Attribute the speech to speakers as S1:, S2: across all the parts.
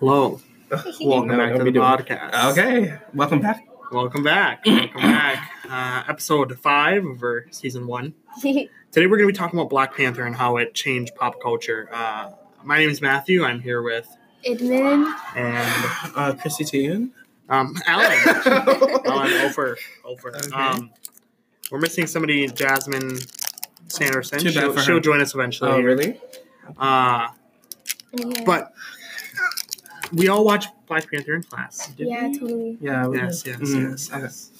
S1: Welcome
S2: No,
S1: back
S2: I'll
S1: to the
S2: be doing it.
S1: podcast.
S2: Okay, welcome back.
S1: Welcome back. Welcome back. Uh, episode five over season one. Today we're going to be talking about Black Panther and how it changed pop culture. Uh, my name is Matthew. I'm here with
S3: Edmund.
S1: and
S2: Uh, Chrissy Teigen.
S1: um, Alan. Alan over over.
S2: Okay.
S1: Um, we're missing somebody, Jasmine Sanderson.
S2: Too bad
S1: she'll,
S2: for her.
S1: she'll join us eventually.
S2: oh,
S1: here.
S2: really?
S1: Uh,
S3: Yeah.
S1: but we all watch Black Panther in class.
S3: yeah, totally.
S2: Yeah. we-
S1: Yes, yes,
S2: Mm,
S1: yes,
S2: okay.
S1: yes.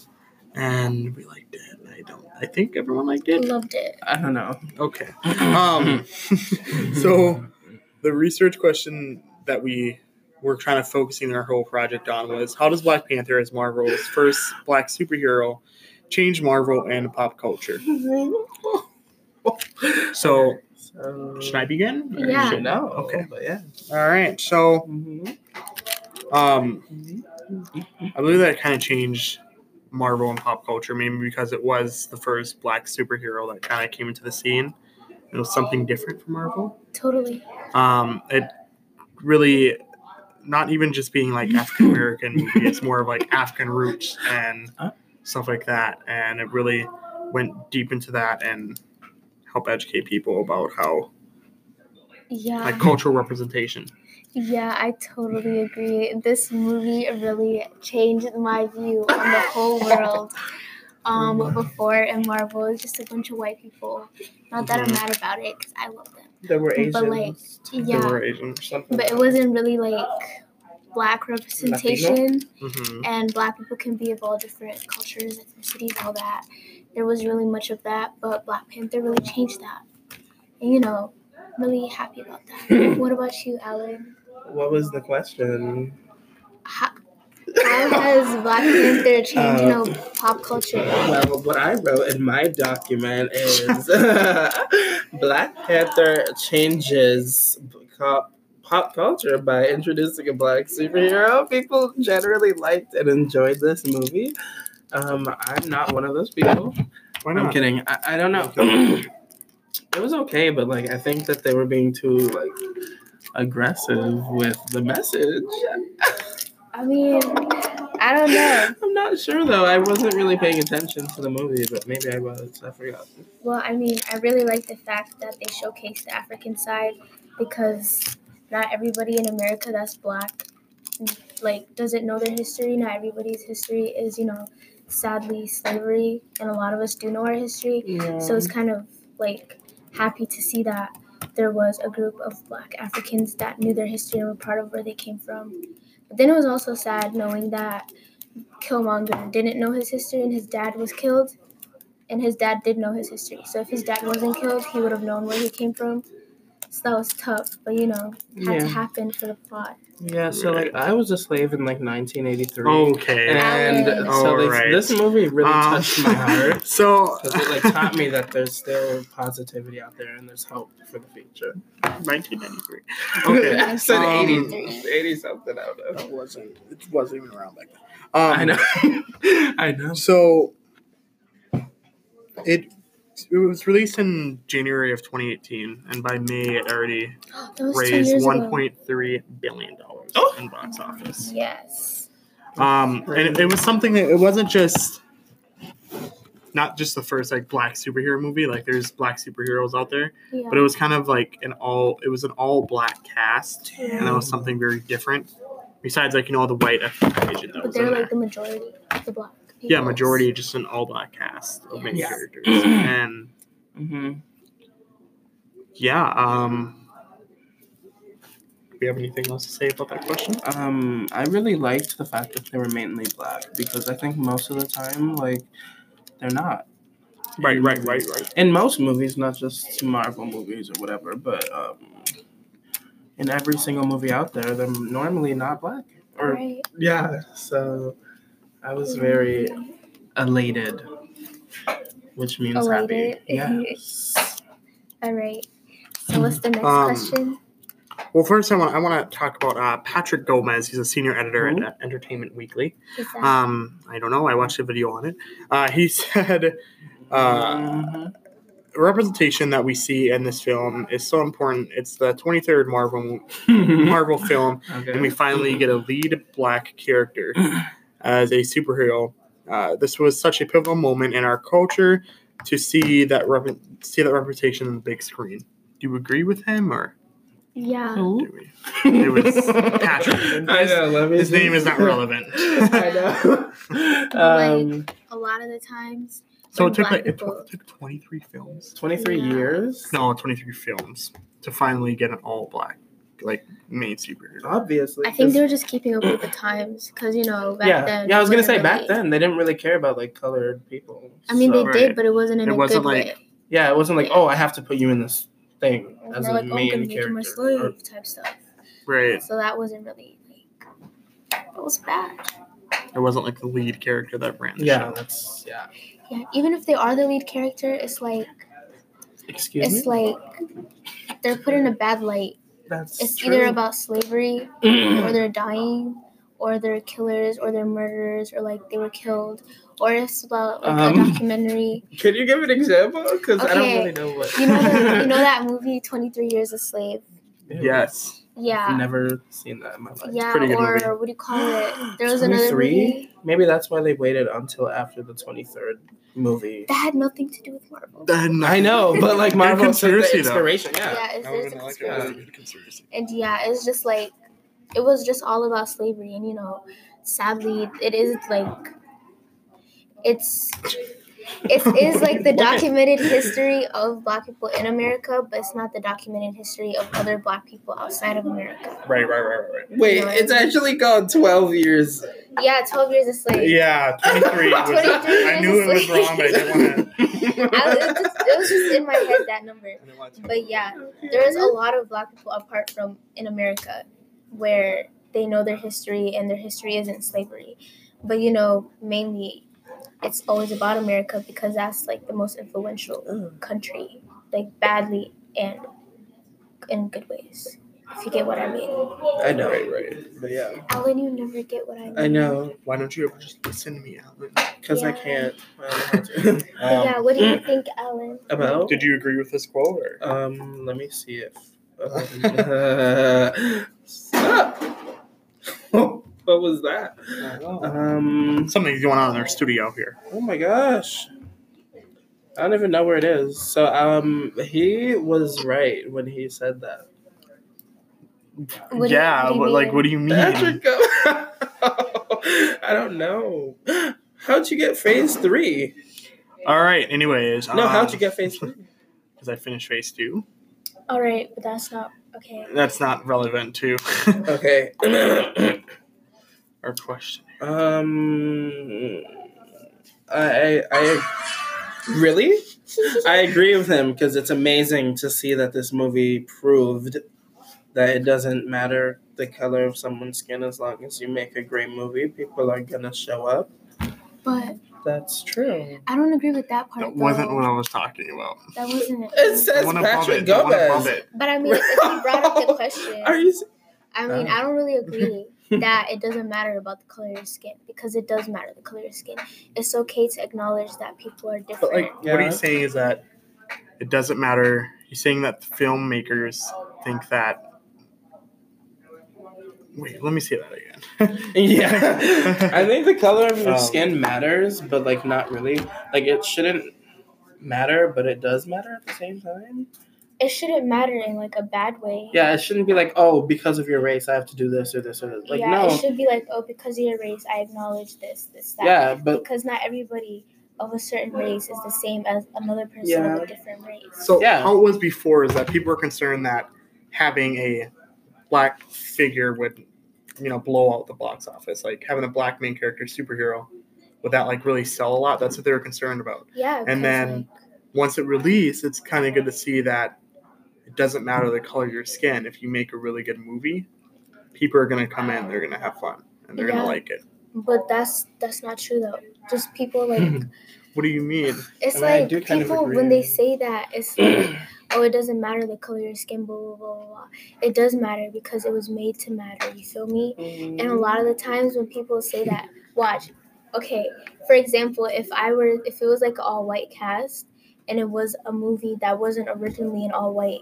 S1: And we liked it. I don't. I think everyone liked it.
S3: Loved it.
S2: I don't know.
S1: Okay. Um, so the research question that we were kind of focusing our whole project on was how does Black Panther as Marvel's first black superhero change Marvel and pop culture? So
S2: So,
S1: should I begin? Or
S3: Yeah.
S1: should-
S2: No.
S1: Okay.
S2: But yeah.
S1: All right. So
S2: Mhm.
S1: um, I believe that kind of changed Marvel and pop culture, maybe because it was the first black superhero that kind of came into the scene. It was something different from Marvel.
S3: Totally.
S1: um, it really not even just being like African American movie. It's more of like African roots and
S2: Huh?
S1: stuff like that. And it really went deep into that and helped educate people about how
S3: Yeah.
S1: like cultural representation.
S3: yeah, I totally agree. This movie really changed my view on the whole world.
S1: Mm-hmm.
S3: Um, before in Marvel, it was just a bunch of white people. Not that I'm
S1: Mhm.
S3: mad about it, because I love them.
S2: There were Asians.
S3: But, like,
S1: Yeah. They
S3: Yeah,
S1: were Asian.
S2: something.
S3: but it wasn't really like black representation.
S1: hmm
S3: and black people can be of all different cultures, ethnicities, all that. There was really much of that, but Black Panther really changed that. And you know, really happy about that. what about you, Alan?
S2: What was the question?
S3: How, how has Black Panther changed, you
S2: Uh,
S3: know, pop culture?
S2: Well, what I wrote in my document is Black Panther changes pop, pop culture by introducing a black superhero. People generally liked and enjoyed this movie. Um, I'm not one of those people.
S1: Why
S2: I'm
S1: not?
S2: kidding. I, I don't know. it was okay, but like I think that they were being too like aggressive with the message.
S3: I mean, I don't know.
S2: I'm not sure though. I wasn't really paying attention to the movie, but maybe I was. I forgot.
S3: Well, I mean, I really like the fact that they showcase the African side because not everybody in America that's black like doesn't know their history. Not everybody's history is, you know, sadly slavery, and a lot of us do know our history.
S2: Yeah.
S3: So it's kind of like happy to see that there was a group of black Africans that knew their history and were part of where they came from. But then it was also sad knowing that Killmonger didn't know his history and his dad was killed. And his dad did know his history. So if his dad wasn't killed, he would have known where he came from. So that was tough, but you know, had
S2: yeah.
S3: to happen for the plot.
S2: Yeah, so like I was a slave in like 1983.
S1: Okay.
S2: And
S3: Alan.
S2: so like,
S1: Alright.
S2: this movie really
S1: Um,
S2: touched my heart
S1: So
S2: because it like taught me that there's still positivity out there and there's hope for the future.
S1: 1993. Okay.
S2: I said
S1: um,
S2: 80, 80 something. I don't know.
S1: That wasn't. It wasn't even around back then. Um,
S2: I know. I know.
S1: So it it was released in January of 2018, and by May it already
S3: That was two
S1: raised
S3: years ago.
S1: 1.3 billion dollars
S2: Oh.
S1: in box office.
S3: Yes.
S1: Um, and it, it was something that it wasn't just not just the first like black superhero movie. Like there's black superheroes out there,
S3: Yeah.
S1: but it was kind of like an all it was an all black cast, and that was
S2: Damn.
S1: something very different. Besides, like you know, all the white African agent that
S3: but
S1: was in
S3: they're
S1: there.
S3: like the majority, the black.
S1: yeah,
S3: peoples.
S1: majority just an all black cast of main
S2: Yeah.
S1: characters, and
S2: hmm
S1: yeah. Um, do we have anything else to say about that question?
S2: Um, I really liked the fact that they were mainly black because I think most of the time like they're not.
S1: Right, right, right, right.
S2: in most movies, not just Marvel movies or whatever, but um, in every single movie out there, they're normally not black. Or
S3: Right.
S2: yeah, so I was very elated, which means
S3: Elated?
S2: happy. Yes.
S3: All right. So what's the next
S1: Um,
S3: question?
S1: Well, first I want I want to talk about uh, Patrick Gomez. He's a senior editor at uh, Entertainment Weekly.
S3: Is that
S1: Um, I don't know. I watched a video on it. Uh, he said uh,
S2: Mhm.
S1: representation that we see in this film is so important. It's the 23rd Marvel
S2: Mm-hmm.
S1: Marvel film, and we finally get a lead black character as a superhero. Uh, this was such a pivotal moment in our culture to see that rep- see that representation on the big screen. Do you agree with him or?
S3: Yeah.
S1: Do we? It was Patrick.
S2: I know. Let me
S1: His
S2: just-
S1: name is not relevant.
S2: I know. Um,
S3: A lot of the times.
S1: so
S3: when
S1: it took
S3: black
S1: like it
S3: people-
S1: took, took 23 films.
S2: 23
S3: Yeah.
S2: years?
S1: No, 23 films to finally get an all black like main superhero.
S2: Obviously.
S3: I think
S2: 'cause-
S3: they were just keeping up with the times because you know back
S2: yeah.
S3: then.
S2: yeah, I was gonna
S3: wasn't
S2: say back
S3: really-
S2: then they didn't really care about like colored people.
S3: I mean,
S2: So-
S3: they
S1: Right.
S3: did, but it wasn't in
S1: It
S3: a
S1: wasn't
S3: good
S1: like-
S3: way.
S2: yeah, it wasn't like
S3: Yeah.
S2: oh I have to put you in this thing
S3: It was
S2: as
S3: more
S2: a
S3: like, oh, I'm
S2: main
S3: gonna make
S2: character.
S3: him a
S2: Or-
S3: slave type stuff.
S1: Right.
S3: So that wasn't really like that was bad.
S1: It wasn't like the lead character that ran. the
S2: yeah,
S1: show.
S2: that's yeah.
S3: Yeah, even if they are the lead character, it's like
S2: Excuse
S3: it's
S2: me.
S3: like they're put in a bad light.
S2: That's
S3: It's
S2: true.
S3: either about slavery or they're dying or they're killers or they're murderers or like they were killed or it's about like, a
S2: Um.
S3: documentary.
S2: Can you give an example? Because I don't
S3: Okay.
S2: really know what.
S3: You know that, you know that movie Twenty Three Years a Slave.
S1: Yes.
S2: I've
S3: Yeah.
S2: never seen that in my life.
S3: Yeah,
S1: pretty good
S3: or
S1: movie.
S3: what do you call it? There was another
S2: 23?
S3: movie
S2: Maybe that's why they waited until after the 23rd movie.
S3: that had nothing to do with Marvel.
S1: That had
S2: I
S1: nothing-
S2: know, but like
S1: Good
S2: Marvel took the
S1: conspiracy, though.
S2: inspiration. Yeah.
S3: yeah, it's,
S1: I
S3: there's a
S1: wouldn't like it.
S3: conspiracy.
S1: That's a good conspiracy.
S3: And yeah, it's just like it was just all about slavery, and you know, sadly, it is like it's it is like the documented history of Black people in America, but it's not the documented history of other Black people outside of America.
S1: Right, right, right, right, right.
S2: Wait, it's actually called 12 years.
S3: Yeah, Twelve Years a Slave.
S1: Yeah, 23. was,
S3: 23
S1: I knew it was
S3: is like-
S1: wrong, but I didn't want to.
S3: I was, it, just, it was just in my head that number. But yeah, there is a lot of Black people apart from in America where they know their history and their history isn't slavery. But you know, mainly it's always about America because that's like the most influential country, like badly and in good ways. If you get what I mean,
S2: I know. Right, right. But yeah.
S3: Alan, you never get what I mean.
S2: I know.
S1: Why don't you ever just listen to me, Alan?
S2: Because I
S3: Yeah.
S2: can't. I don't know
S3: But
S2: how to.
S3: yeah,
S2: um,
S3: what do you think, Alan?
S2: about?
S1: Did you agree with this quote? Or?
S2: Um, let me see if. oh. Uh, stop. what was that? Um.
S1: Something's going on in our studio here.
S2: Oh my gosh. I don't even know where it is. So um, he was right when he said that.
S3: What do you-
S1: yeah,
S3: what do you
S1: but like,
S3: mean?
S1: what do you mean?
S2: Patrick, go- I don't know. How'd you get phase three?
S1: All right, anyways.
S2: No, how'd you get
S1: Ah.
S2: phase three?
S1: Because I finished phase two.
S3: All right, but that's not okay.
S1: That's not relevant to
S2: Okay.
S1: our question.
S2: um, I, I, I really. I agree with him because it's amazing to see that this movie proved that it doesn't matter the color of someone's skin as long as you make a great movie, people are gonna show up.
S3: but
S2: That's true.
S3: I don't agree with that part.
S1: That wasn't
S3: though.
S1: what I was talking about.
S3: That wasn't it.
S2: It says
S1: I wanna bump
S2: Patrick
S1: it. I wanna bump
S2: Gomez.
S1: it.
S3: But I mean, if you brought up the question,
S2: Are you? s-
S3: I mean,
S2: Oh.
S3: I don't really agree that it doesn't matter about the color of your skin because it does matter the color of your skin. It's okay to acknowledge that people are
S1: But
S3: different.
S1: like, what
S2: Yeah.
S1: he's saying is that it doesn't matter. He's saying that the filmmakers think that. Wait, let me say that again.
S2: Yeah. I think the color of your
S1: Um,
S2: skin matters, but like not really. Like it shouldn't matter, but it does matter at the same time.
S3: it shouldn't matter in like a bad way.
S2: Yeah, it shouldn't be like, oh, because of your race, I have to do this or this or this. Like
S3: yeah,
S2: no.
S3: it should be like, oh, because of your race, I acknowledge this, this, that.
S2: Yeah, but
S3: Because not everybody of a certain race is the same as another person of
S2: Yeah.
S3: a different race.
S1: So
S2: Yeah.
S1: how it was before is that people were concerned that having a black figure would, you know, blow out the box office. Like having a black main character superhero would that like really sell a lot? That's what they were concerned about.
S3: Yeah. because,
S1: then- Once it released, it's kind of good to see that it doesn't matter the color of your skin. If you make a really good movie, people are gonna come in, they're gonna have fun, and they're
S3: Yeah.
S1: gonna like it.
S3: like- but that's that's not true though. Just people like
S1: What do you mean?
S3: It's
S2: I mean, I
S3: like
S2: do kind of
S3: people
S2: agree.
S3: when they say that it's like, oh, it doesn't matter the color of your skin, blah blah blah blah. blah. It does matter because it was made to matter. You feel me? And a
S2: Mm-hmm.
S3: lot of the times when people say that, watch, okay, for example, if I were, if it was like all white cast and it was a movie that wasn't originally an all white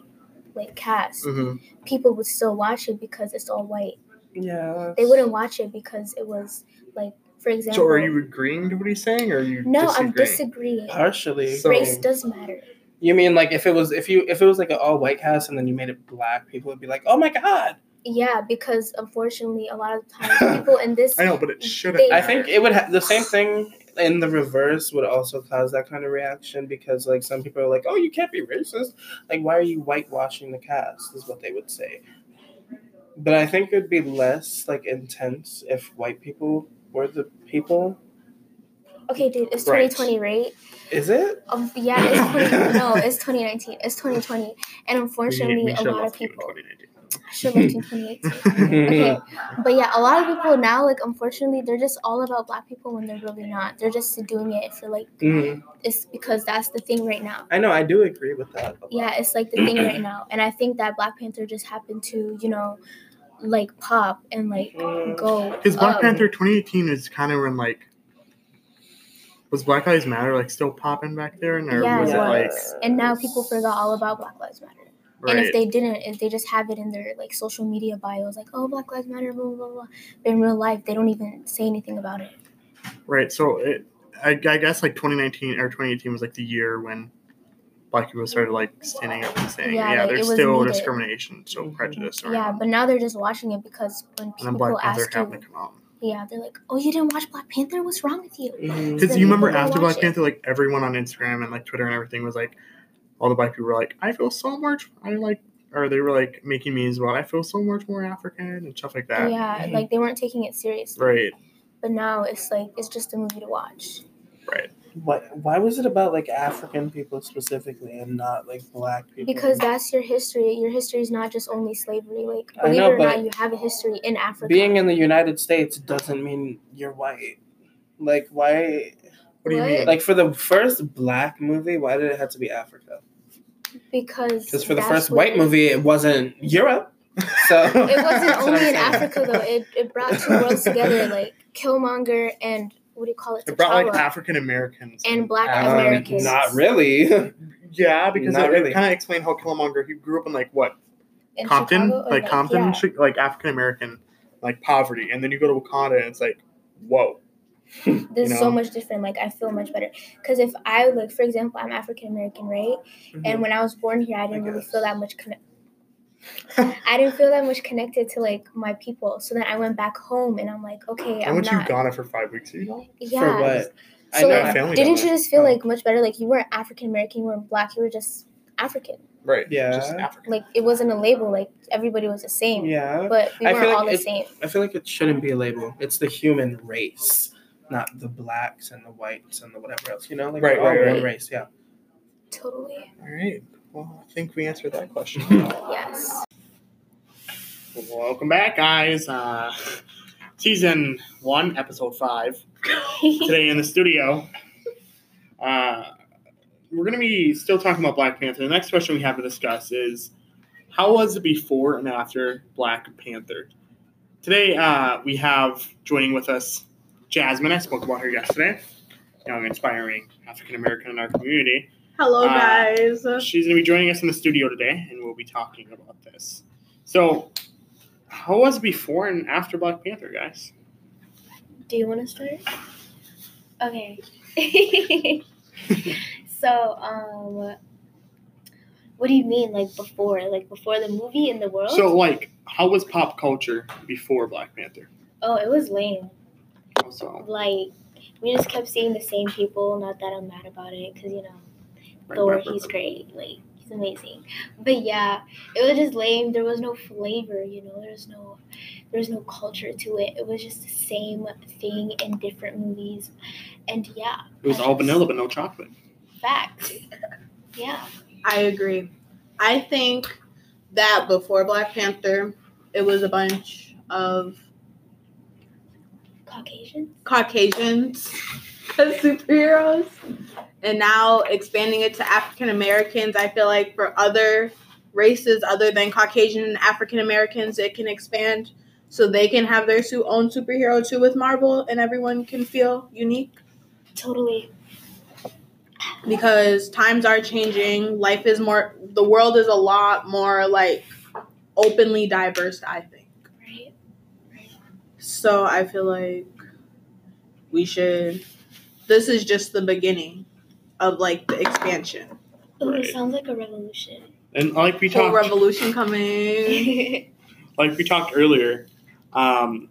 S3: like cast,
S1: hmm
S3: people would still watch it because it's all white.
S2: Yeah.
S3: They wouldn't watch it because it was like, for example.
S1: So are you agreeing to what he's saying, or are you
S3: No,
S1: disagreeing?
S3: I'm disagreeing.
S2: Partially.
S1: So-
S3: Race does matter.
S2: You mean like if it was if you if it was like an all white cast and then you made it black, people would be like, oh my god.
S3: Yeah, because unfortunately, a lot of times people in this
S1: I know, but it shouldn't.
S3: They-
S2: I
S1: matter.
S2: think it would ha- the same thing in the reverse would also cause that kind of reaction because like some people are like, oh, you can't be racist. Like, why are you whitewashing the cast? Is what they would say. But I think it'd be less like intense if white people were the people.
S3: Okay, dude, it's
S1: Right.
S3: 2020, right?
S2: Is it?
S3: Um, yeah, it's 20, no, it's 2019. It's 2020, and unfortunately, a lot of people. I should have lived in 2018.
S2: Mm-hmm.
S3: Okay, but yeah, a lot of people now, like, unfortunately, they're just all about black people when they're really not. They're just doing it for like
S2: Mm.
S3: it's because that's the thing right now.
S2: I know. I do agree with that. a lot.
S3: Yeah, it's like the thing right now, and I think that Black Panther just happened to, you know, like pop and like
S2: Mm.
S3: go.
S1: Because Black
S3: up.
S1: Panther 2018 is kind of when like was Black Lives Matter like still popping back there, and or
S3: Yeah,
S1: was
S3: it
S1: it like
S2: Yes.
S3: and now people forgot all about Black Lives Matter.
S1: right?
S3: And if they didn't, if they just have it in their like social media bios, like "Oh, Black Lives Matter," blah blah blah, blah. But in real life, they don't even say anything about it.
S1: Right. So it, I, I guess like 2019 or 2018 was like the year when black people started like standing up and saying,
S3: Yeah,
S1: yeah,
S3: like, it
S1: there's
S3: was
S1: still
S3: needed.
S1: discrimination, still
S2: Mhm.
S1: prejudice.
S3: Yeah,
S1: around."
S3: but now they're just watching it because when
S1: and then
S3: people
S1: Black Panther
S3: ask
S1: happened
S3: you,
S1: to come out.
S3: yeah, they're like, "Oh, you didn't watch Black Panther? What's wrong with you?"
S2: Mm.
S1: Because
S3: then
S1: you
S3: people
S1: remember
S3: don't
S1: after
S3: watch
S1: Black
S3: it.
S1: Panther, like everyone on Instagram and like Twitter and everything was like, all the black people were like, I feel so much, I like, or they were like making memes about, I feel so much more African and stuff like that.
S3: Yeah,
S2: Mhm.
S3: like they weren't taking it seriously.
S1: Right.
S3: But now it's like it's just a movie to watch.
S2: Mm-hmm. What? Why was it about like African people specifically and not like black people?
S3: Because that's your history. Your history is not just only slavery. Like
S2: I
S3: believe
S2: know,
S3: it or not,
S2: but
S3: you have a history in Africa.
S2: being in the United States doesn't mean you're white. Like why?
S1: What do you
S3: What?
S1: mean?
S2: Like for the first black movie, why did it have to be Africa?
S3: because
S2: Because for the
S3: that's
S2: first
S3: what
S2: white movie, it wasn't Europe. So
S3: It wasn't
S2: That's what I'm
S3: only in
S2: saying.
S3: Africa though. It, it brought two worlds together, like Killmonger and what do you call it?
S1: it brought like
S3: T'Challa
S1: African Americans
S3: and Black
S2: Um,
S3: Americans.
S2: Not really.
S1: Yeah, because
S2: Not
S1: it,
S2: really.
S1: kind of explained how Killmonger he grew up in like what
S3: In
S1: Compton,
S3: Chicago, or,
S1: like Compton,
S3: yeah.
S1: Chi- like African American, like poverty, and then you go to Wakanda and it's like, whoa,
S3: This
S1: you
S3: is
S1: know?
S3: so much different. Like I feel much better because if I like, for example, I'm African American, right? And when I was born here, I didn't really
S2: guess.
S3: feel that much. Conne- I didn't feel that much connected to like my people. So then I went back home, and I'm like, okay,
S1: I
S3: I'm
S1: went
S3: not.
S1: to Ghana for five weeks. You know,
S3: yeah.
S2: For what? I
S3: So
S2: know.
S1: My
S3: like,
S1: family
S3: didn't
S1: does
S3: you
S1: that.
S3: just feel
S1: Yeah.
S3: like much better? Like you weren't African American, you weren't black, you were just African.
S1: right?
S2: Yeah.
S1: just African.
S3: Like it wasn't a label. Like everybody was the same.
S2: yeah.
S3: But we
S2: I
S3: weren't
S2: feel like
S3: all the
S2: it-
S3: same.
S2: I feel like it shouldn't be a label. It's the human race, not the blacks and the whites and the whatever else. You know, like
S1: Right,
S2: we're all
S1: right,
S2: one
S3: right.
S2: race. Yeah.
S3: Totally.
S1: All right. Well, I think we answered that question.
S3: Yes.
S1: Welcome back, guys. Uh, season one, episode five. Today in the studio, uh, we're gonna be still talking about Black Panther. The next question we have to discuss is how was it before and after Black Panther? Today uh, we have joining with us Jasmine. I spoke about her yesterday. Young, inspiring African American in our community.
S4: Hello,
S1: Uh,
S4: guys.
S1: She's going to be joining us in the studio today, and we'll be talking about this. So, how was before and after Black Panther, guys?
S3: Do you want to start? Okay. so, um, what do you mean, like before, like before the movie in the world?
S1: So, like, how was pop culture before Black Panther?
S3: oh, it was lame.
S1: So,
S3: Like we just kept seeing the same people. Not that I'm mad about it, cause you know
S1: right,
S3: Thor,
S1: right, right,
S3: he's
S1: right.
S3: great. Like he's amazing. But yeah, it was just lame. There was no flavor, you know. There was no, there was no culture to it. It was just the same thing in different movies, and yeah,
S1: It was all vanilla, but no chocolate.
S3: facts. Yeah,
S4: I agree. I think that before Black Panther, it was a bunch of
S3: Caucasians.
S4: Caucasians as superheroes. And now expanding it to African Americans, I feel like for other races other than Caucasian and African Americans, it can expand so they can have their su- own superhero too with Marvel and everyone can feel unique.
S3: Totally.
S4: because times are changing. Life is more, the world is a lot more like openly diverse, I think.
S3: Right.
S4: So I feel like we should, this is just the beginning of like the expansion.
S3: Ooh,
S1: Right.
S3: sounds like a revolution.
S1: And like we
S4: Whole
S1: talked,
S4: revolution coming.
S1: like we talked earlier, um,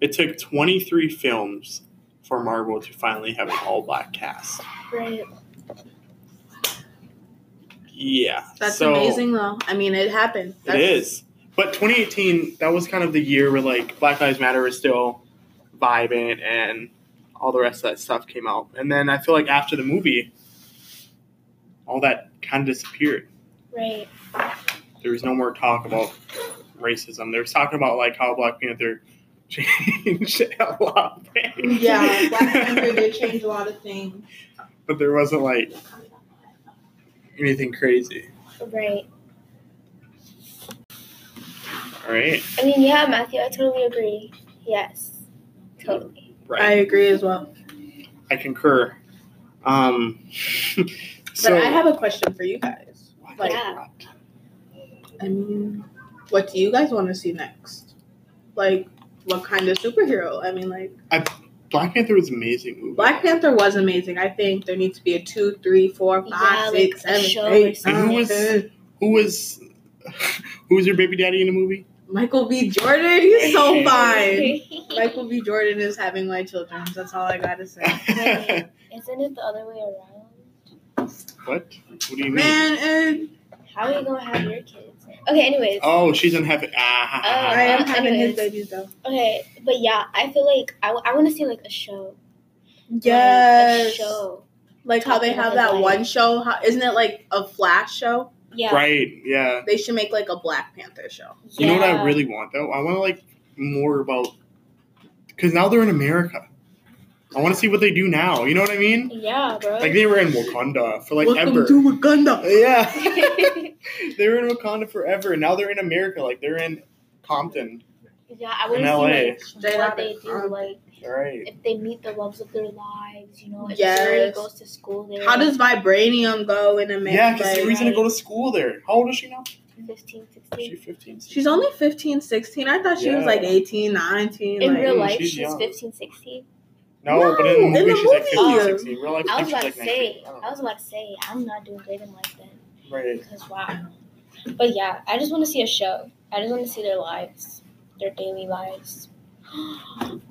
S1: it took 23 films for Marvel to finally have an all-black cast.
S3: right.
S1: Yeah,
S4: That's
S1: so
S4: amazing, though. I mean, it happened.
S1: It
S4: That's,
S1: is. But 2018, that was kind of the year where like Black Lives Matter was still vibing and all the rest of that stuff came out. And then I feel like after the movie, all that kind of disappeared.
S3: Right.
S1: There was no more talk about racism. They was talking about like how Black Panther changed a lot of things.
S4: Yeah, Black Panther did change a lot of things.
S1: but there wasn't like anything crazy.
S3: Right.
S1: All right,
S3: I mean, yeah, Matthew, I totally agree. Yes. Totally.
S4: I
S1: right.
S4: agree as well.
S1: I, concur. Um, so
S4: but I have a question for you guys. like-
S3: Yeah.
S4: I mean, what do you guys want to see next? Like, what kind of superhero? I mean, like,
S1: Black Panther was an amazing movie.
S4: Black Panther was amazing. I think there needs to be a two, three, four,
S3: Yeah,
S4: five,
S3: like
S4: six,
S3: a
S4: seven,
S3: show or
S4: eight,
S1: And who
S4: nine,
S1: was-
S4: ten.
S1: Who was who was your baby daddy in the movie?
S4: Michael B. Jordan? He's so fine. Michael B. Jordan is having my children. That's all I gotta say.
S3: Wait, Isn't it the other way around?
S1: what? What do you mean?
S4: Man, and
S3: How are you gonna have your kids? Okay. Anyways.
S1: Oh, she's in heaven. Ah, ha, ha, ha.
S4: Oh, I am having
S3: Anyways.
S4: his babies though.
S3: Okay. But yeah, I feel like I, want to see like a show. Like, a show.
S4: Like how they have that one show. How, isn't it like a Flash show?
S3: Yeah.
S1: Right. Yeah.
S4: They should make like a Black Panther show.
S1: You know what I
S3: Yeah.
S1: really want though? I want to like more about because now they're in America. I want to see what they do now. You know what I mean?
S3: Yeah, bro.
S1: Like they were in Wakanda for like
S4: Welcome
S1: ever.
S4: to Wakanda.
S1: yeah, they were in Wakanda forever. and Now they're in America. Like they're in Compton.
S3: yeah, I want
S1: In LA.
S3: to see like,
S4: Straight out
S3: what they
S4: of
S3: do.
S4: Compton.
S3: Like
S1: All right.
S3: if they meet the loves of their lives, you know. If
S4: Yes.
S3: Zuri goes to school there.
S4: How does Vibranium go in America?
S1: Yeah, because
S3: like-
S1: the reason to go to school there. How old is she now?
S3: 15,
S1: Is she
S3: 16.
S1: 15?
S4: She's only 15, 16. I thought she was
S1: Yeah.
S4: like 18, 19.
S3: In
S4: like,
S3: real
S1: Ooh,
S3: life,
S1: she's
S3: she's,
S1: young.
S3: 15, 16.
S1: No, but in the movie
S4: No, in the
S1: she's like
S4: movie.
S1: 15, 16. Real life,
S3: I
S1: she's
S3: was about
S1: like
S3: to say,
S1: 19. I don't know.
S3: I was about to say, I'm not doing great in life then.
S1: Right.
S3: Because, wow. But yeah, I just want to see a show. I just want to see their lives, their daily lives.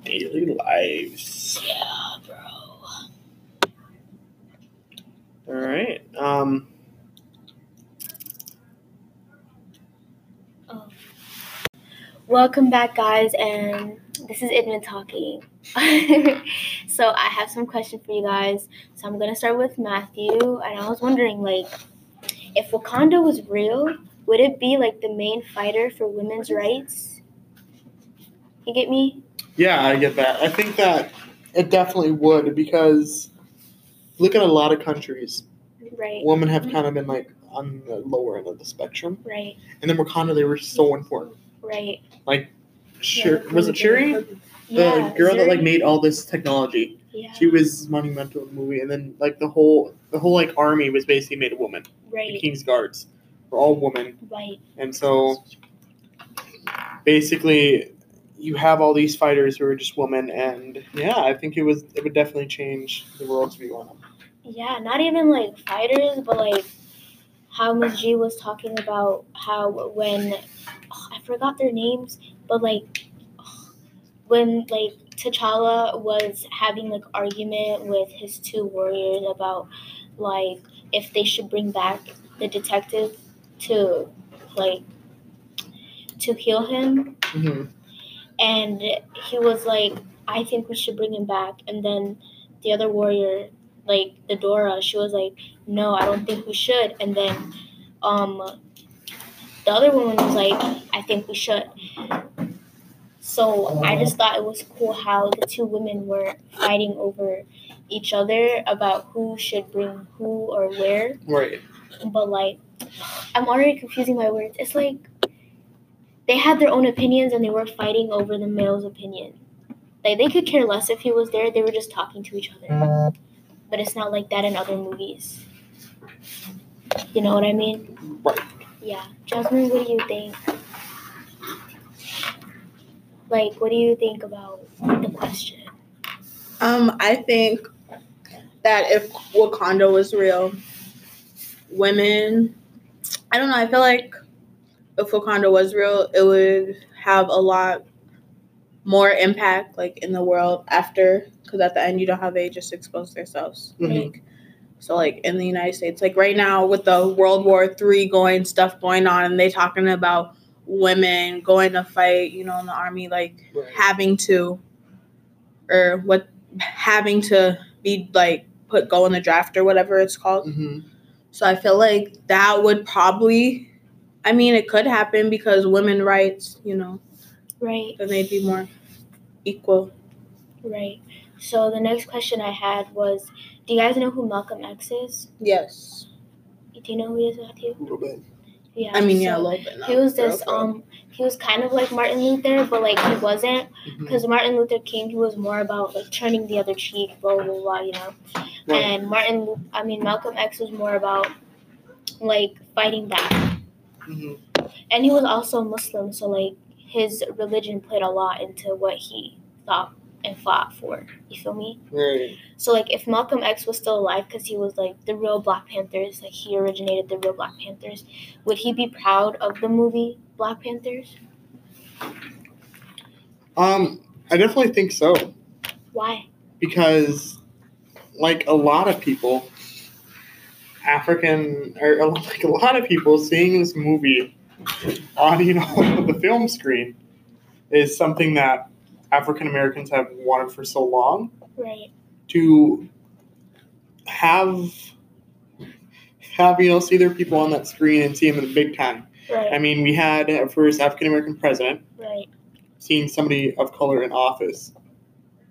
S1: Daily lives.
S3: Yeah, bro.
S1: All right. Um,
S3: Oh. Welcome back, guys, and this is Idman talking. so I have some questions for you guys. So I'm gonna start with Matthew, and I was wondering, like, if Wakanda was real, would it be like the main fighter for women's rights? You get me?
S1: yeah, I get that. I think that it definitely would because look at a lot of countries.
S3: Right.
S1: Women have kind of been like on the lower end of the spectrum.
S3: Right.
S1: And then Wakanda, they were so important.
S3: Right.
S1: Sure. was it Shuri? The
S3: yeah.
S1: girl that like
S3: Zuri.
S1: made all this technology.
S3: Yeah.
S1: She was monumental in the movie. And then like the whole the whole like army was basically made of women. The
S3: Right.
S1: King's Guards were all women.
S3: Right.
S1: And so basically you have all these fighters who are just women and yeah, I think it was it would definitely change the world's view on them.
S3: Yeah, not even like fighters, but like how Ms. G was talking about how when oh, I forgot their names, but like oh, when like T'Challa was having like argument with his two warriors about like if they should bring back the detective to like to heal him and he was like, I think we should bring him back. And then the other warrior, like the Dora, she was like, No, I don't think we should. And then um, the other woman was like, I think we should. So I just thought it was cool how the two women were fighting over each other about who should bring who or where.
S1: Right.
S3: But like, I'm already confusing my words. It's like they had their own opinions and they were fighting over the male's opinion. Like they could care less if he was there. They were just talking to each other. but it's not like that in other movies. You know what I mean?
S1: Right.
S3: Yeah. Jasmine, what do you think? Like, what do you think about the question?
S4: Um, I think that if Wakanda was real, women, I don't know, I feel like if Wakanda was real, it would have a lot more impact like in the world after because at the end you don't have they just expose themselves
S1: Mhm.
S4: like so like in the united states like right now with the world war three going stuff going on and they talking about women going to fight you know in the army like having to or what having to be like put go in the draft or whatever it's called.
S1: hmm
S4: So I feel like that would probably I mean it could happen because women rights, you know,
S3: Right.
S4: then they'd be more equal.
S3: Right. So the next question I had was, do you guys know who Malcolm X is?
S4: Yes.
S3: Do you know who he is, Matthew?
S1: A little bit.
S3: Yeah.
S4: I mean yeah, a
S3: so
S4: little bit. not
S3: He was this
S4: real,
S3: um he was kind of like Martin Luther, but like he wasn't
S4: Mm.
S1: Mhm.
S3: because Martin Luther King he was more about like turning the other cheek, blah blah blah, you know.
S1: Right.
S3: And Martin, Lu- I mean Malcolm X was more about like fighting back,
S1: Mhm.
S3: and he was also Muslim, so like his religion played a lot into what he thought and fought for. You feel me?
S1: Right.
S3: So like if Malcolm X was still alive because he was like the real Black Panthers, like he originated the real Black Panthers, would he be proud of the movie Black Panthers?
S1: Um, I definitely think so.
S3: Why?
S1: because like a lot of people african or like a lot of people seeing this movie on you know the film screen is something that african americans have wanted for so long
S3: Right.
S1: to have have you know see their people on that screen and see them in the big time i
S3: Right.
S1: mean we had our first african american president
S3: Right.
S1: seeing somebody of color in office,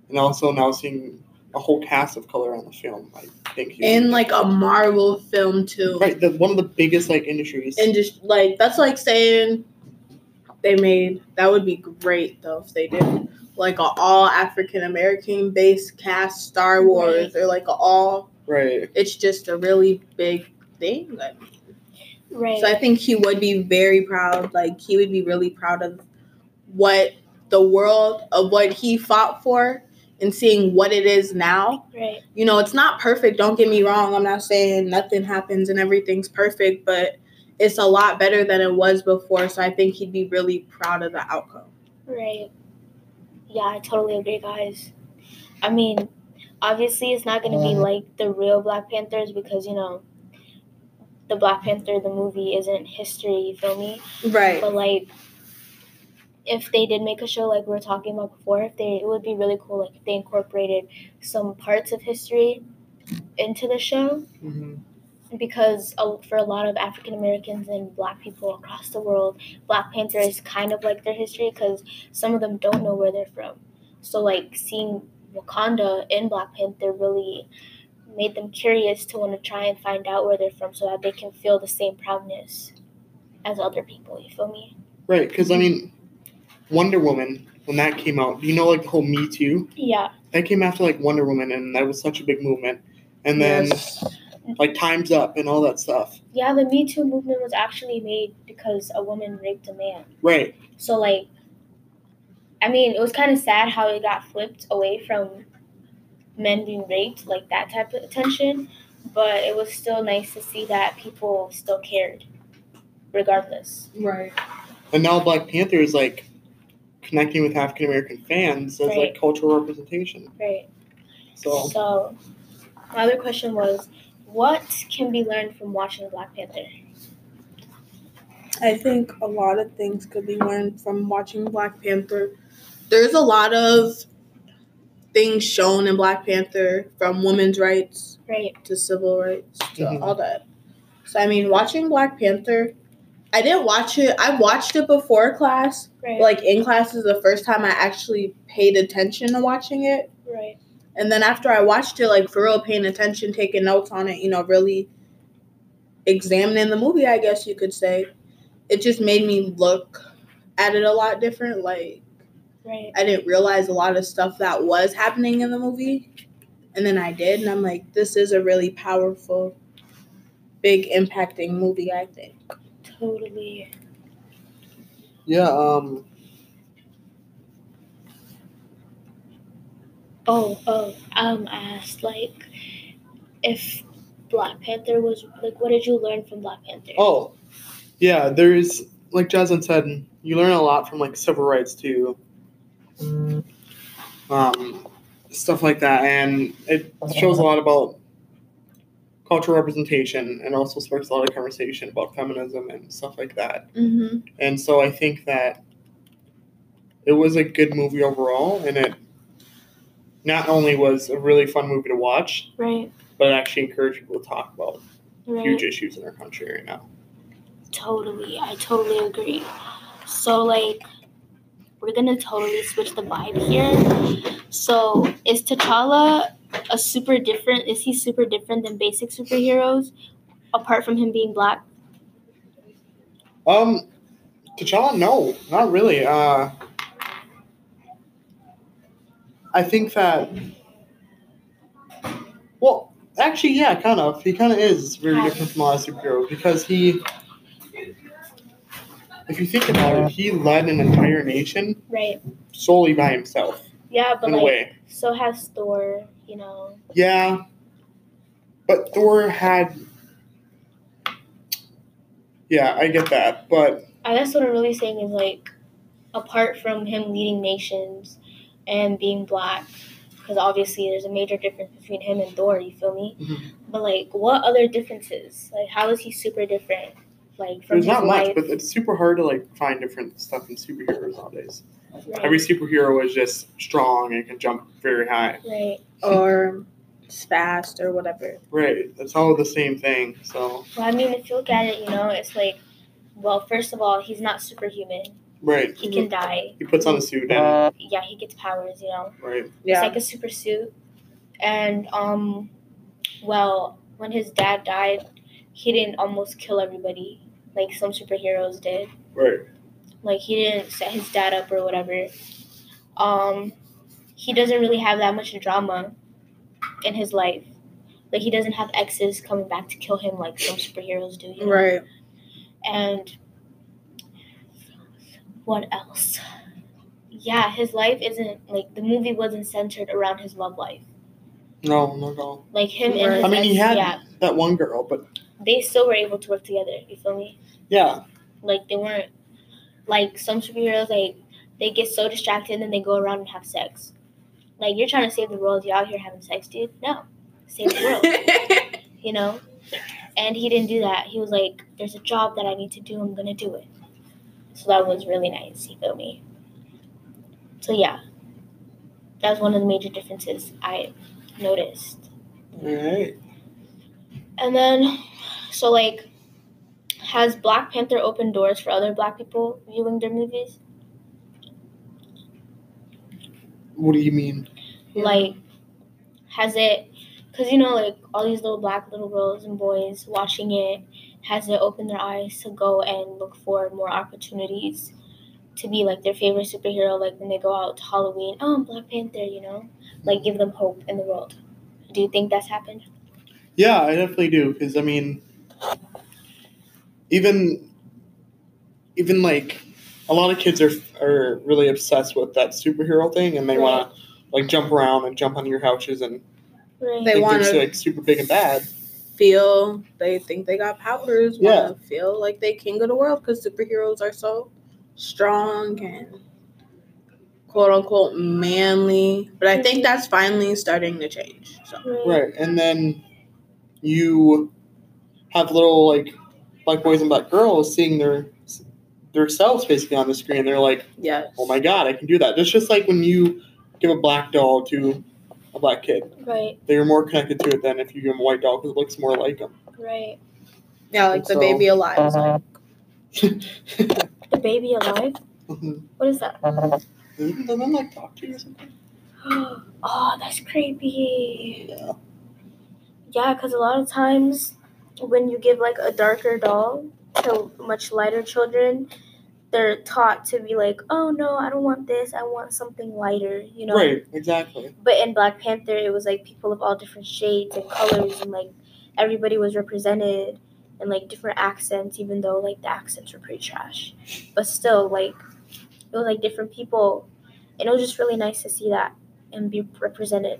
S1: and also now seeing a whole cast of color on the film. I think
S4: but- In like a Marvel film too.
S1: right, the, one of the biggest like industries.
S4: And just like that's like saying they made that would be great though if they did like a all African American based cast Star Wars or like a all
S1: right,
S4: it's just a really big thing. Like,
S3: Right.
S4: so I think he would be very proud. Like he would be really proud of what the world of what he fought for and seeing what it is now.
S3: right.
S4: You know, it's not perfect. Don't get me wrong. I'm not saying nothing happens and everything's perfect, but it's a lot better than it was before. So I think he'd be really proud of the outcome.
S3: Right. Yeah, I totally agree, guys. I mean, obviously, it's not going to be like the real Black Panthers because, you know, the Black Panther, the movie, isn't history, you feel me?
S4: Right.
S3: But, like, if they did make a show like we were talking about before, if they, it would be really cool, like, if they incorporated some parts of history into the show
S1: hmm
S3: because uh, for a lot of African Americans and Black people across the world, Black Panther is kind of like their history because some of them don't know where they're from. So, like, seeing Wakanda in Black Panther really made them curious to want to try and find out where they're from so that they can feel the same proudness as other people. You feel me?
S1: right. Because I mean, Wonder Woman when that came out, you know, like the whole Me Too
S3: Yeah.
S1: that came after like Wonder Woman, and that was such a big movement. And then
S4: Yes.
S1: like Times Up and all that stuff.
S3: Yeah, the Me Too movement was actually made because a woman raped a man.
S1: Right,
S3: So like, I mean, it was kind of sad how it got flipped away from men being raped, like that type of attention. But it was still nice to see that people still cared, regardless.
S4: Right.
S1: and now Black Panther is like connecting with African American fans as
S3: Right.
S1: like cultural representation.
S3: Right.
S1: So
S3: So, my other question was, what can be learned from watching Black Panther?
S4: I think a lot of things could be learned from watching Black Panther. There's a lot of things shown in Black Panther from women's rights
S3: Right.
S4: to civil rights to
S1: Mhm.
S4: all that. So I mean watching Black Panther I didn't watch it. I watched it before class.
S3: Right.
S4: Like in class is the first time I actually paid attention to watching it.
S3: Right.
S4: And then after I watched it, like for real, paying attention, taking notes on it, you know, really examining the movie, I guess you could say, it just made me look at it a lot different. Like,
S3: Right.
S4: I didn't realize a lot of stuff that was happening in the movie And then I did, and I'm like, this is a really powerful, big impacting movie, I think.
S3: Totally.
S1: Yeah. Um.
S3: Oh, oh. Um, I asked like if Black Panther was like, what did you learn from Black Panther?
S1: Oh, yeah. There's like Jasmine said, you learn a lot from like civil rights too. Um, stuff like that, and it shows a lot about cultural representation, and also sparks a lot of conversation about feminism and stuff like that.
S4: Mm-hmm.
S1: And so I think that it was a good movie overall, and it not only was a really fun movie to watch,
S3: right,
S1: but it actually encouraged people to talk about
S3: right.
S1: huge issues in our country right now.
S3: Totally, I totally agree. So like, we're gonna totally switch the vibe here. So is T'Challa a super different? Is he super different than basic superheroes, apart from him being black?
S1: Um, T'Challa, no, not really. Uh, I think that. Well, actually, yeah, kind of. He kind of is very different from a lot of superheroes because he. If you think about it, he led an entire nation
S3: Right.
S1: solely by himself,
S3: Yeah, but
S1: in a
S3: like,
S1: way.
S3: so has Thor. You know.
S1: Yeah. But Thor had. Yeah, I get that. But
S3: I guess what I'm really saying is like, apart from him leading nations and being black, because obviously there's a major difference between him and Thor. You feel me?
S1: Mhm.
S3: But like, what other differences? Like, how is he super different? Like from
S1: there's
S3: his
S1: not
S3: life.
S1: much, but it's super hard to like find different stuff in superheroes nowadays.
S3: right,
S1: Every superhero is just strong and can jump very high.
S3: right.
S4: Or it's fast or whatever.
S1: Right. It's all the same thing. So
S3: Well, I mean, if you look at it, you know, it's like, well, first of all, he's not superhuman.
S1: right.
S3: He can die.
S1: He puts on a suit
S5: Uh.
S1: and
S3: Yeah, he gets powers. You know.
S1: right.
S4: Yeah.
S3: It's like a super suit. And um well, when his dad died, he didn't almost kill everybody like some superheroes did.
S1: Right.
S3: Like he didn't set his dad up or whatever. Um he doesn't really have that much drama in his life. Like he doesn't have exes coming back to kill him like some superheroes do. You know?
S4: right.
S3: and what else? Yeah, his life isn't like the movie wasn't centered around his love life.
S1: No, no, no.
S3: Like him and
S4: Right.
S3: his
S1: I mean, he
S3: ex,
S1: had-
S3: yeah,
S1: That one girl, but
S3: they still were able to work together. You feel me?
S1: yeah.
S3: Like they weren't like some superheroes. Like they get so distracted and they go around and have sex. Like you're trying to save the world, you out here having sex, dude. No, save the world. you know? And he didn't do that. He was like, there's a job that I need to do, I'm gonna do it. So that was really nice, you feel me? So yeah. That was one of the major differences I noticed.
S1: All right.
S3: And then so like has Black Panther opened doors for other black people viewing their movies?
S1: What do you mean?
S4: Yeah.
S3: Like has it because you know like all these little black little girls and boys watching it has it opened their eyes to go and look for more opportunities to be like their favorite superhero like when they go out to halloween oh I'm black panther you know like give them hope in the world do you think that's happened
S1: Yeah, I definitely do because I mean, even even like a lot of kids are are really obsessed with that superhero thing, and they
S3: Right.
S1: want to like jump around and jump on your couches and
S3: right
S4: They
S1: think
S4: wanna-
S1: they're like super big and bad.
S4: feel they think they got powers.
S1: Yeah.
S4: Want to feel like they king of the world because superheroes are so strong and quote unquote manly. But I think that's finally starting to change. So
S1: Right, and then you have little like black boys and black girls seeing their their selves basically on the screen. They're like,
S4: yes.
S1: "Oh my god, I can do that!" It's just like when you give a black doll to a black kid,
S3: right
S1: they're more connected to it than if you give them a white doll because it looks more like them.
S3: right
S4: Yeah, like
S1: So-
S4: the
S1: Uh-huh.
S4: baby alive. is like,
S3: the baby alive
S1: Doesn't
S3: what is that
S1: doesn't like talk to you or something?
S3: oh that's creepy
S1: Yeah.
S3: Yeah, because a lot of times when you give like a darker doll to much lighter children,
S5: they're taught to be like, oh no, I don't want this. I want something lighter, you know?
S1: Right, exactly.
S5: But in Black Panther, it was like people of all different shades and colors, and like everybody was represented and like different accents, even though like the accents were pretty trash. But still, like it was like different people, and it was just really nice to see that and be represented.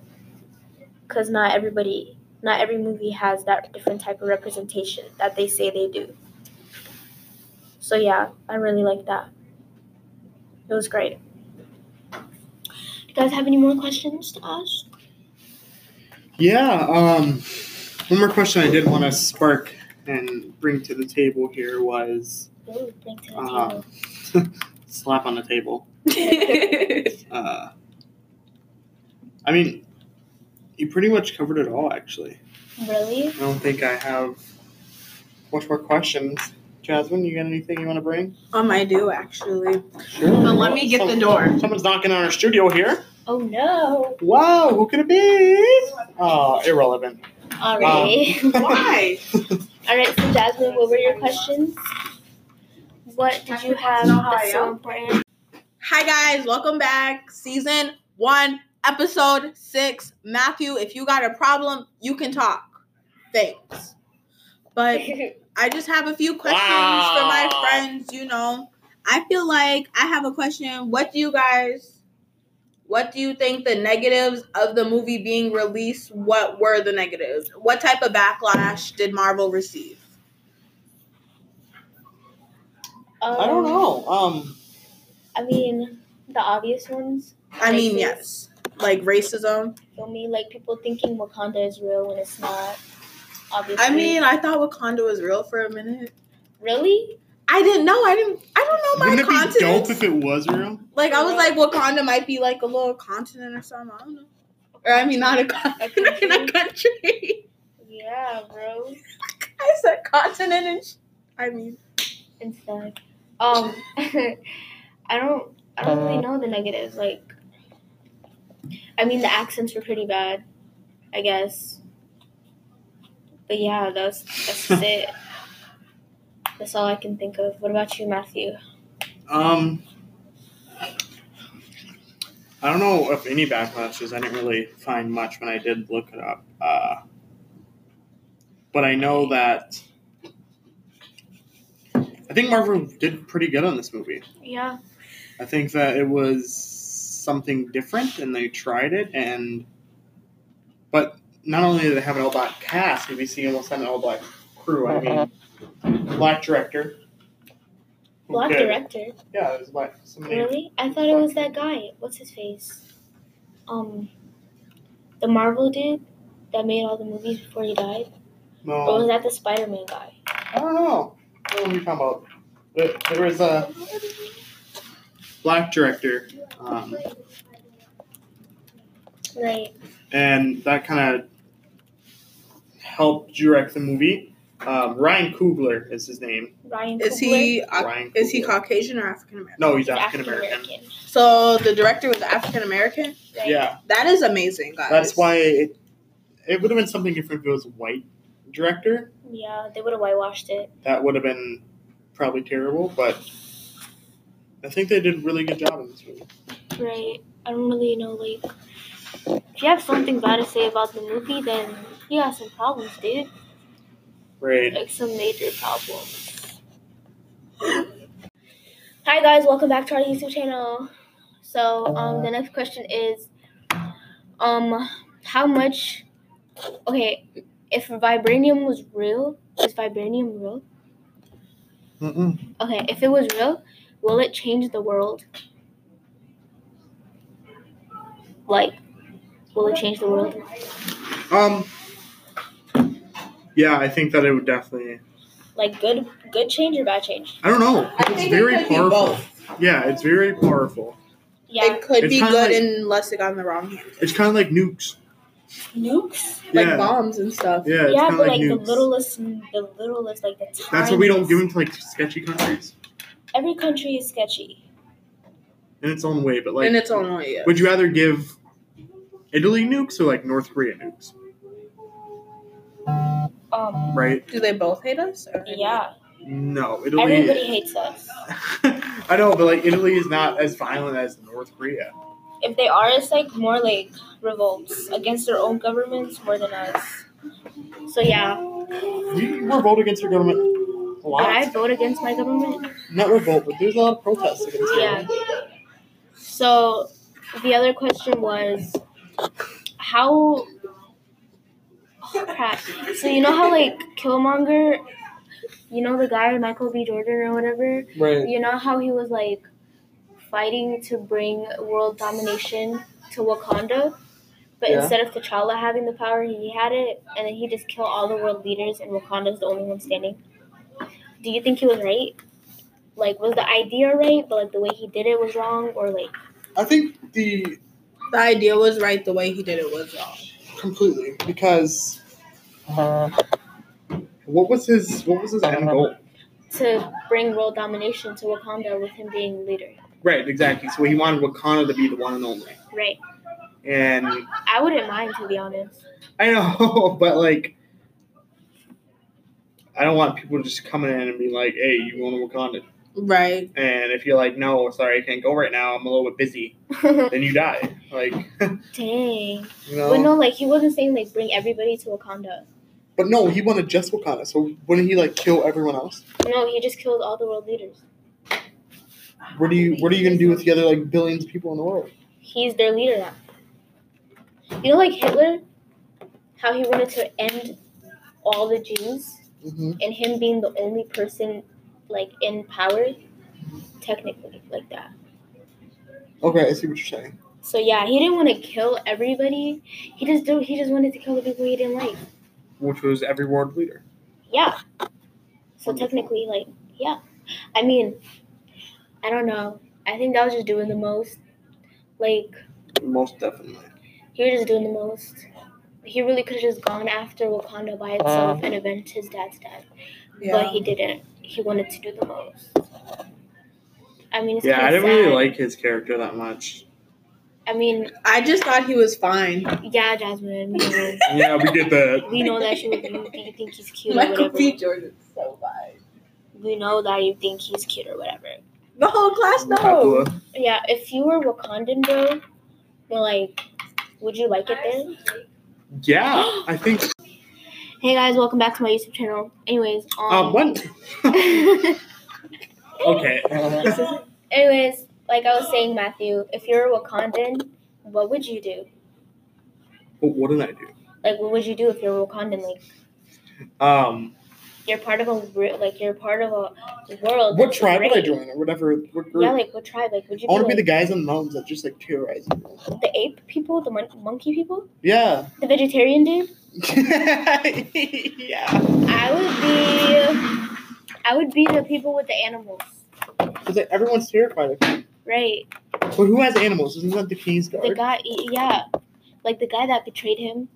S5: Cause not everybody, not every movie has that different type of representation that they say they do. So yeah, I really like that. It was great. You guys have any more questions to ask?
S1: Yeah. Um, one more question I did want to spark and bring to the table here was
S5: Ooh, bring to the
S1: uh,
S5: table.
S1: slap on the table.
S4: yeah,
S1: Uh, I mean, you pretty much covered it all, actually.
S5: Really?
S1: I don't think I have much more questions. Jasmine, you got anything you want to bring?
S4: um, I do actually.
S1: Sure.
S4: But let me get the door.
S1: Someone's knocking on our studio here.
S5: Oh no!
S1: Wow, who could it be? Oh, irrelevant. Uh,
S5: Alright.
S4: Why?
S5: Alright, so Jasmine, what were your questions? What did you have that's so important?
S4: Hi guys, welcome back. Season one, episode six. Matthew, if you got a problem, you can talk. Thanks. But I just have a few questions for my
S1: Wow.
S4: friends, you know. I feel like I have a question. What do you guys what do you think the negatives of the movie being released? What were the negatives? What type of backlash did Marvel receive?
S1: I don't know. Um,
S5: I mean, the obvious ones.
S4: I mean,
S5: Racist.
S4: yes. Like racism.
S5: For me, like people thinking Wakanda is real when it's not. Obviously.
S4: I mean, I thought Wakanda was real for a minute.
S5: really?
S4: I didn't know. I didn't I don't know Oh my
S1: wouldn't it be dope
S4: continents.
S1: if it was real?
S4: Like I was like Wakanda might be like a little continent or something. I don't know. Or I mean not a continent, a country.
S5: Yeah, bro.
S4: I said continent and sh- I mean,
S5: and stuff. Um, I don't, I don't really know the negatives. Like, I mean, the accents were pretty bad, I guess. But yeah, that's that's it. That's all I can think of. What about you, Matthew?
S1: Um, I don't know if any backlashes. I didn't really find much when I did look it up. Uh, but I know that I think Marvel did pretty good on this movie.
S5: Yeah,
S1: I think that it was something different, and they tried it. And but not only did they have an all-black cast, but we see almost an all-black crew. I mean, black director. who
S5: black
S1: did-
S5: director.
S1: Yeah, it was black. Somebody
S5: Really? I thought it was that guy. What's his face? Um, the Marvel dude that made all the movies before he died.
S1: No,
S5: Or was that the Spider-Man guy?
S1: I don't know. I don't know what you're talking about. There, there was a black director, um,
S5: Like,
S1: and that kind of helped direct the movie. Um, Ryan Coogler is his name.
S5: Ryan.
S4: is
S5: Coogler?
S4: he uh,
S1: Ryan
S4: is he
S1: Coogler.
S4: Caucasian or African American?
S1: No, he's
S5: He's
S1: African American.
S5: African-American,
S4: So the director was African American.
S5: right?
S1: Yeah,
S4: That is amazing, guys.
S1: that's why it, it would have been something different if it was a white director.
S5: Yeah, they would have whitewashed it.
S1: That would have been probably terrible, but I think they did a really good job in this movie.
S5: Right. I don't really know, like, if you have something bad to say about the movie, then you got some problems, dude.
S1: Right.
S5: Like, some major problems. Hi, guys. Welcome back to our YouTube channel. So, um, the next question is, um, how much, okay, if vibranium was real, is vibranium real?
S1: Mm-mm.
S5: Okay, if it was real, will it change the world? Like, will it change the world?
S1: Um. Yeah, I think that it would definitely
S5: Like, good, good change or bad change?
S1: I don't know.
S4: I
S1: it's
S4: think
S1: very
S4: it could
S1: powerful.
S4: be both.
S1: Yeah, it's very powerful.
S5: Yeah,
S4: It could
S1: It's
S4: be
S1: kinda
S4: good
S1: like-
S4: unless it got in the wrong hands,
S1: It's kind of like nukes.
S5: nukes.
S4: like
S1: yeah,
S4: bombs and stuff.
S1: yeah, it's
S5: yeah,
S1: kind of
S5: but
S1: like
S5: like the
S1: nukes.
S5: littlest, the littlest, like the tiniest.
S1: That's what we don't give into like sketchy countries
S5: Every country is sketchy.
S1: in its own way. But like,
S4: in its own way. Yeah.
S1: would you rather give Italy nukes or like North Korea nukes?
S5: Um,
S1: Right?
S4: Do they both hate us? Or-
S5: yeah,
S1: No,
S5: Everybody
S1: Italy.
S5: hates us.
S1: I know, but like Italy is not as violent as North Korea.
S5: If they are, it's like more like revolts against their own governments more than us. So yeah,
S1: You revolt against your government a
S5: would I
S1: lot.
S5: vote against my government?
S1: Not revolt, but there's a lot of protests against it.
S5: Yeah. So the other question was how. Oh, crap. So you know how like Killmonger, you know the guy Michael B. Jordan or whatever.
S2: Right.
S5: You know how he was like fighting to bring world domination to Wakanda, but
S2: Yeah.
S5: instead of T'Challa having the power, he had it, and then he just killed all the world leaders, and Wakanda's the only one standing. Do you think he was right? Like, was the idea right, but like the way he did it was wrong, or like
S1: I think the
S4: The idea was right. The way he did it was wrong.
S1: completely because uh, what was his what was his end goal?
S5: to bring world domination to Wakanda with him being leader,
S1: Right, exactly. So he wanted Wakanda to be the one and only,
S5: right?
S1: and
S5: I wouldn't mind to be honest.
S1: I know, but like, I don't want people just coming in and being like, "Hey, you going to Wakanda?"
S4: Right.
S1: And if you're like, "No, sorry, I can't go right now. I'm a little bit busy," then you die. Like,
S5: Dang,
S1: you
S5: but
S1: know.
S5: no, like he wasn't saying like bring everybody to Wakanda.
S1: But no, he wanted just Wakanda. So wouldn't he like kill everyone else?
S5: No, he just killed all the world leaders.
S1: What do you What are you gonna do with the other like billions of people in the world?
S5: he's their leader now. You know, like Hitler, how he wanted to end all the Jews,
S1: hmm
S5: and him being the only person like in power, technically like that.
S1: Okay, I see what you're saying.
S5: So yeah, he didn't want to kill everybody. He just do. He just wanted to kill the people he didn't like.
S1: Which was every world leader.
S5: Yeah. So technically, like, yeah. I mean, I don't know. I think that was just doing the most. Like,
S1: Most definitely.
S5: He was just doing the most. He really could have just gone after Wakanda
S1: Uh-huh.
S5: by itself and avenged his dad's death, but he didn't. He wanted to do the most. I mean, it's
S1: yeah, I
S5: kind of
S1: didn't
S5: sad.
S1: really like his character that much.
S5: I mean,
S4: I just thought he was fine.
S5: yeah, Jasmine. We know,
S1: Yeah, we get that.
S5: we know that you, you you think he's cute or
S4: Michael
S5: whatever.
S4: B. Jordan's so fine.
S5: We know that you think he's cute or whatever.
S4: The whole class knows.
S1: Papua.
S5: Yeah, if you were Wakandan, bro, well, like, would you like it then?
S1: Yeah, I think.
S5: Hey guys, welcome back to my YouTube channel. Anyways, um,
S1: Um, what? Okay.
S5: Anyways, like I was saying, Matthew, if you're a Wakandan, what would you do?
S1: But what did I do?
S5: Like, what would you do if you're a Wakandan? Like,
S1: Um,
S5: you're part of a re- like you're part of a world.
S1: what
S5: that's
S1: tribe would I
S5: great.
S1: join or whatever? What group?
S5: Yeah, like what tribe? Like, would you
S1: I want to
S5: be,
S1: be the
S5: like,
S1: guys on the mountains that just like terrorize people.
S5: the-, ape people, the mon- monkey people,
S1: Yeah.
S5: the vegetarian dude?
S1: yeah.
S5: I would be, I would be the people with the animals,
S1: Because like everyone's terrified of you.
S5: right?
S1: But who has animals? Isn't that the king's
S5: The
S1: guard?
S5: guy, yeah, like the guy that betrayed him.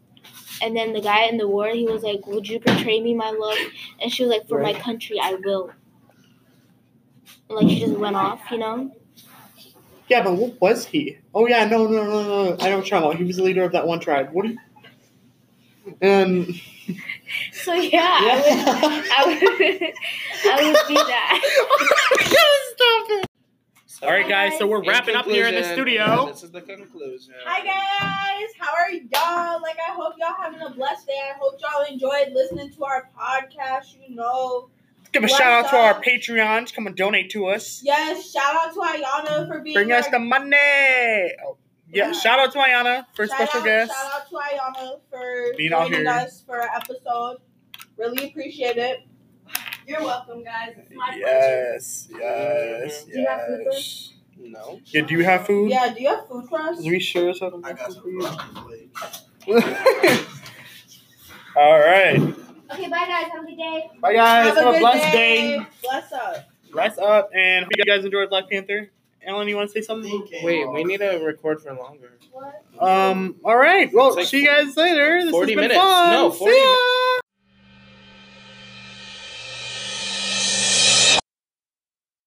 S5: And then the guy in the war, he was like, "Would you betray me, my love?" And she was like, "For my
S1: Right.
S5: country, I will." And, like she just went off, you know.
S1: yeah, but what was he? Oh yeah, no, no, no, no. no. I know what you're talking about. He was the leader of that one tribe. What? do you... And
S5: So yeah, I would, I would, I would be that.
S1: Stop it.
S2: So-
S1: All right, guys. So we're wrapping up here in the
S2: conclusion,
S1: studio.
S2: This is the conclusion.
S4: Hi guys, how are y'all? Like, I hope y'all having a blessed day. I hope y'all enjoyed listening to our podcast. You know,
S1: Give a
S4: Bless
S1: shout out to
S4: up.
S1: our Patreons. Come and donate to us.
S4: yes. Shout out to Ayana for being
S1: Bring us
S4: our-
S1: the money. Oh, yeah,
S4: Yeah.
S1: shout out to Ayana for
S4: shout
S1: special
S4: out,
S1: guest.
S4: Shout out to Ayana for
S1: Being out
S4: joining
S1: here.
S4: us for our episode. Really appreciate it. You're welcome, guys. It's my pleasure.
S1: Yes, yes,
S5: Do you have food
S1: yes.
S2: No.
S1: Yeah, do you have food?
S4: Yeah. Do you have food for us?
S1: We sure as hell don't
S2: I
S1: have
S2: got
S1: food for
S2: some
S1: you.
S2: ramen plates.
S1: All right.
S5: Okay, bye guys. Have a good day.
S1: Bye, guys. Have, a
S4: good
S1: blessed day.
S4: Bless up.
S1: Bless up. And hope you guys enjoyed Black Panther. Ellen, you want to say something?
S2: Wait, we need to record for longer.
S1: Um. All right. Well,
S2: It's like
S1: see you guys later. This
S2: 40
S1: has been
S2: minutes.
S1: fun.
S2: No,
S1: See
S2: 40
S1: ya.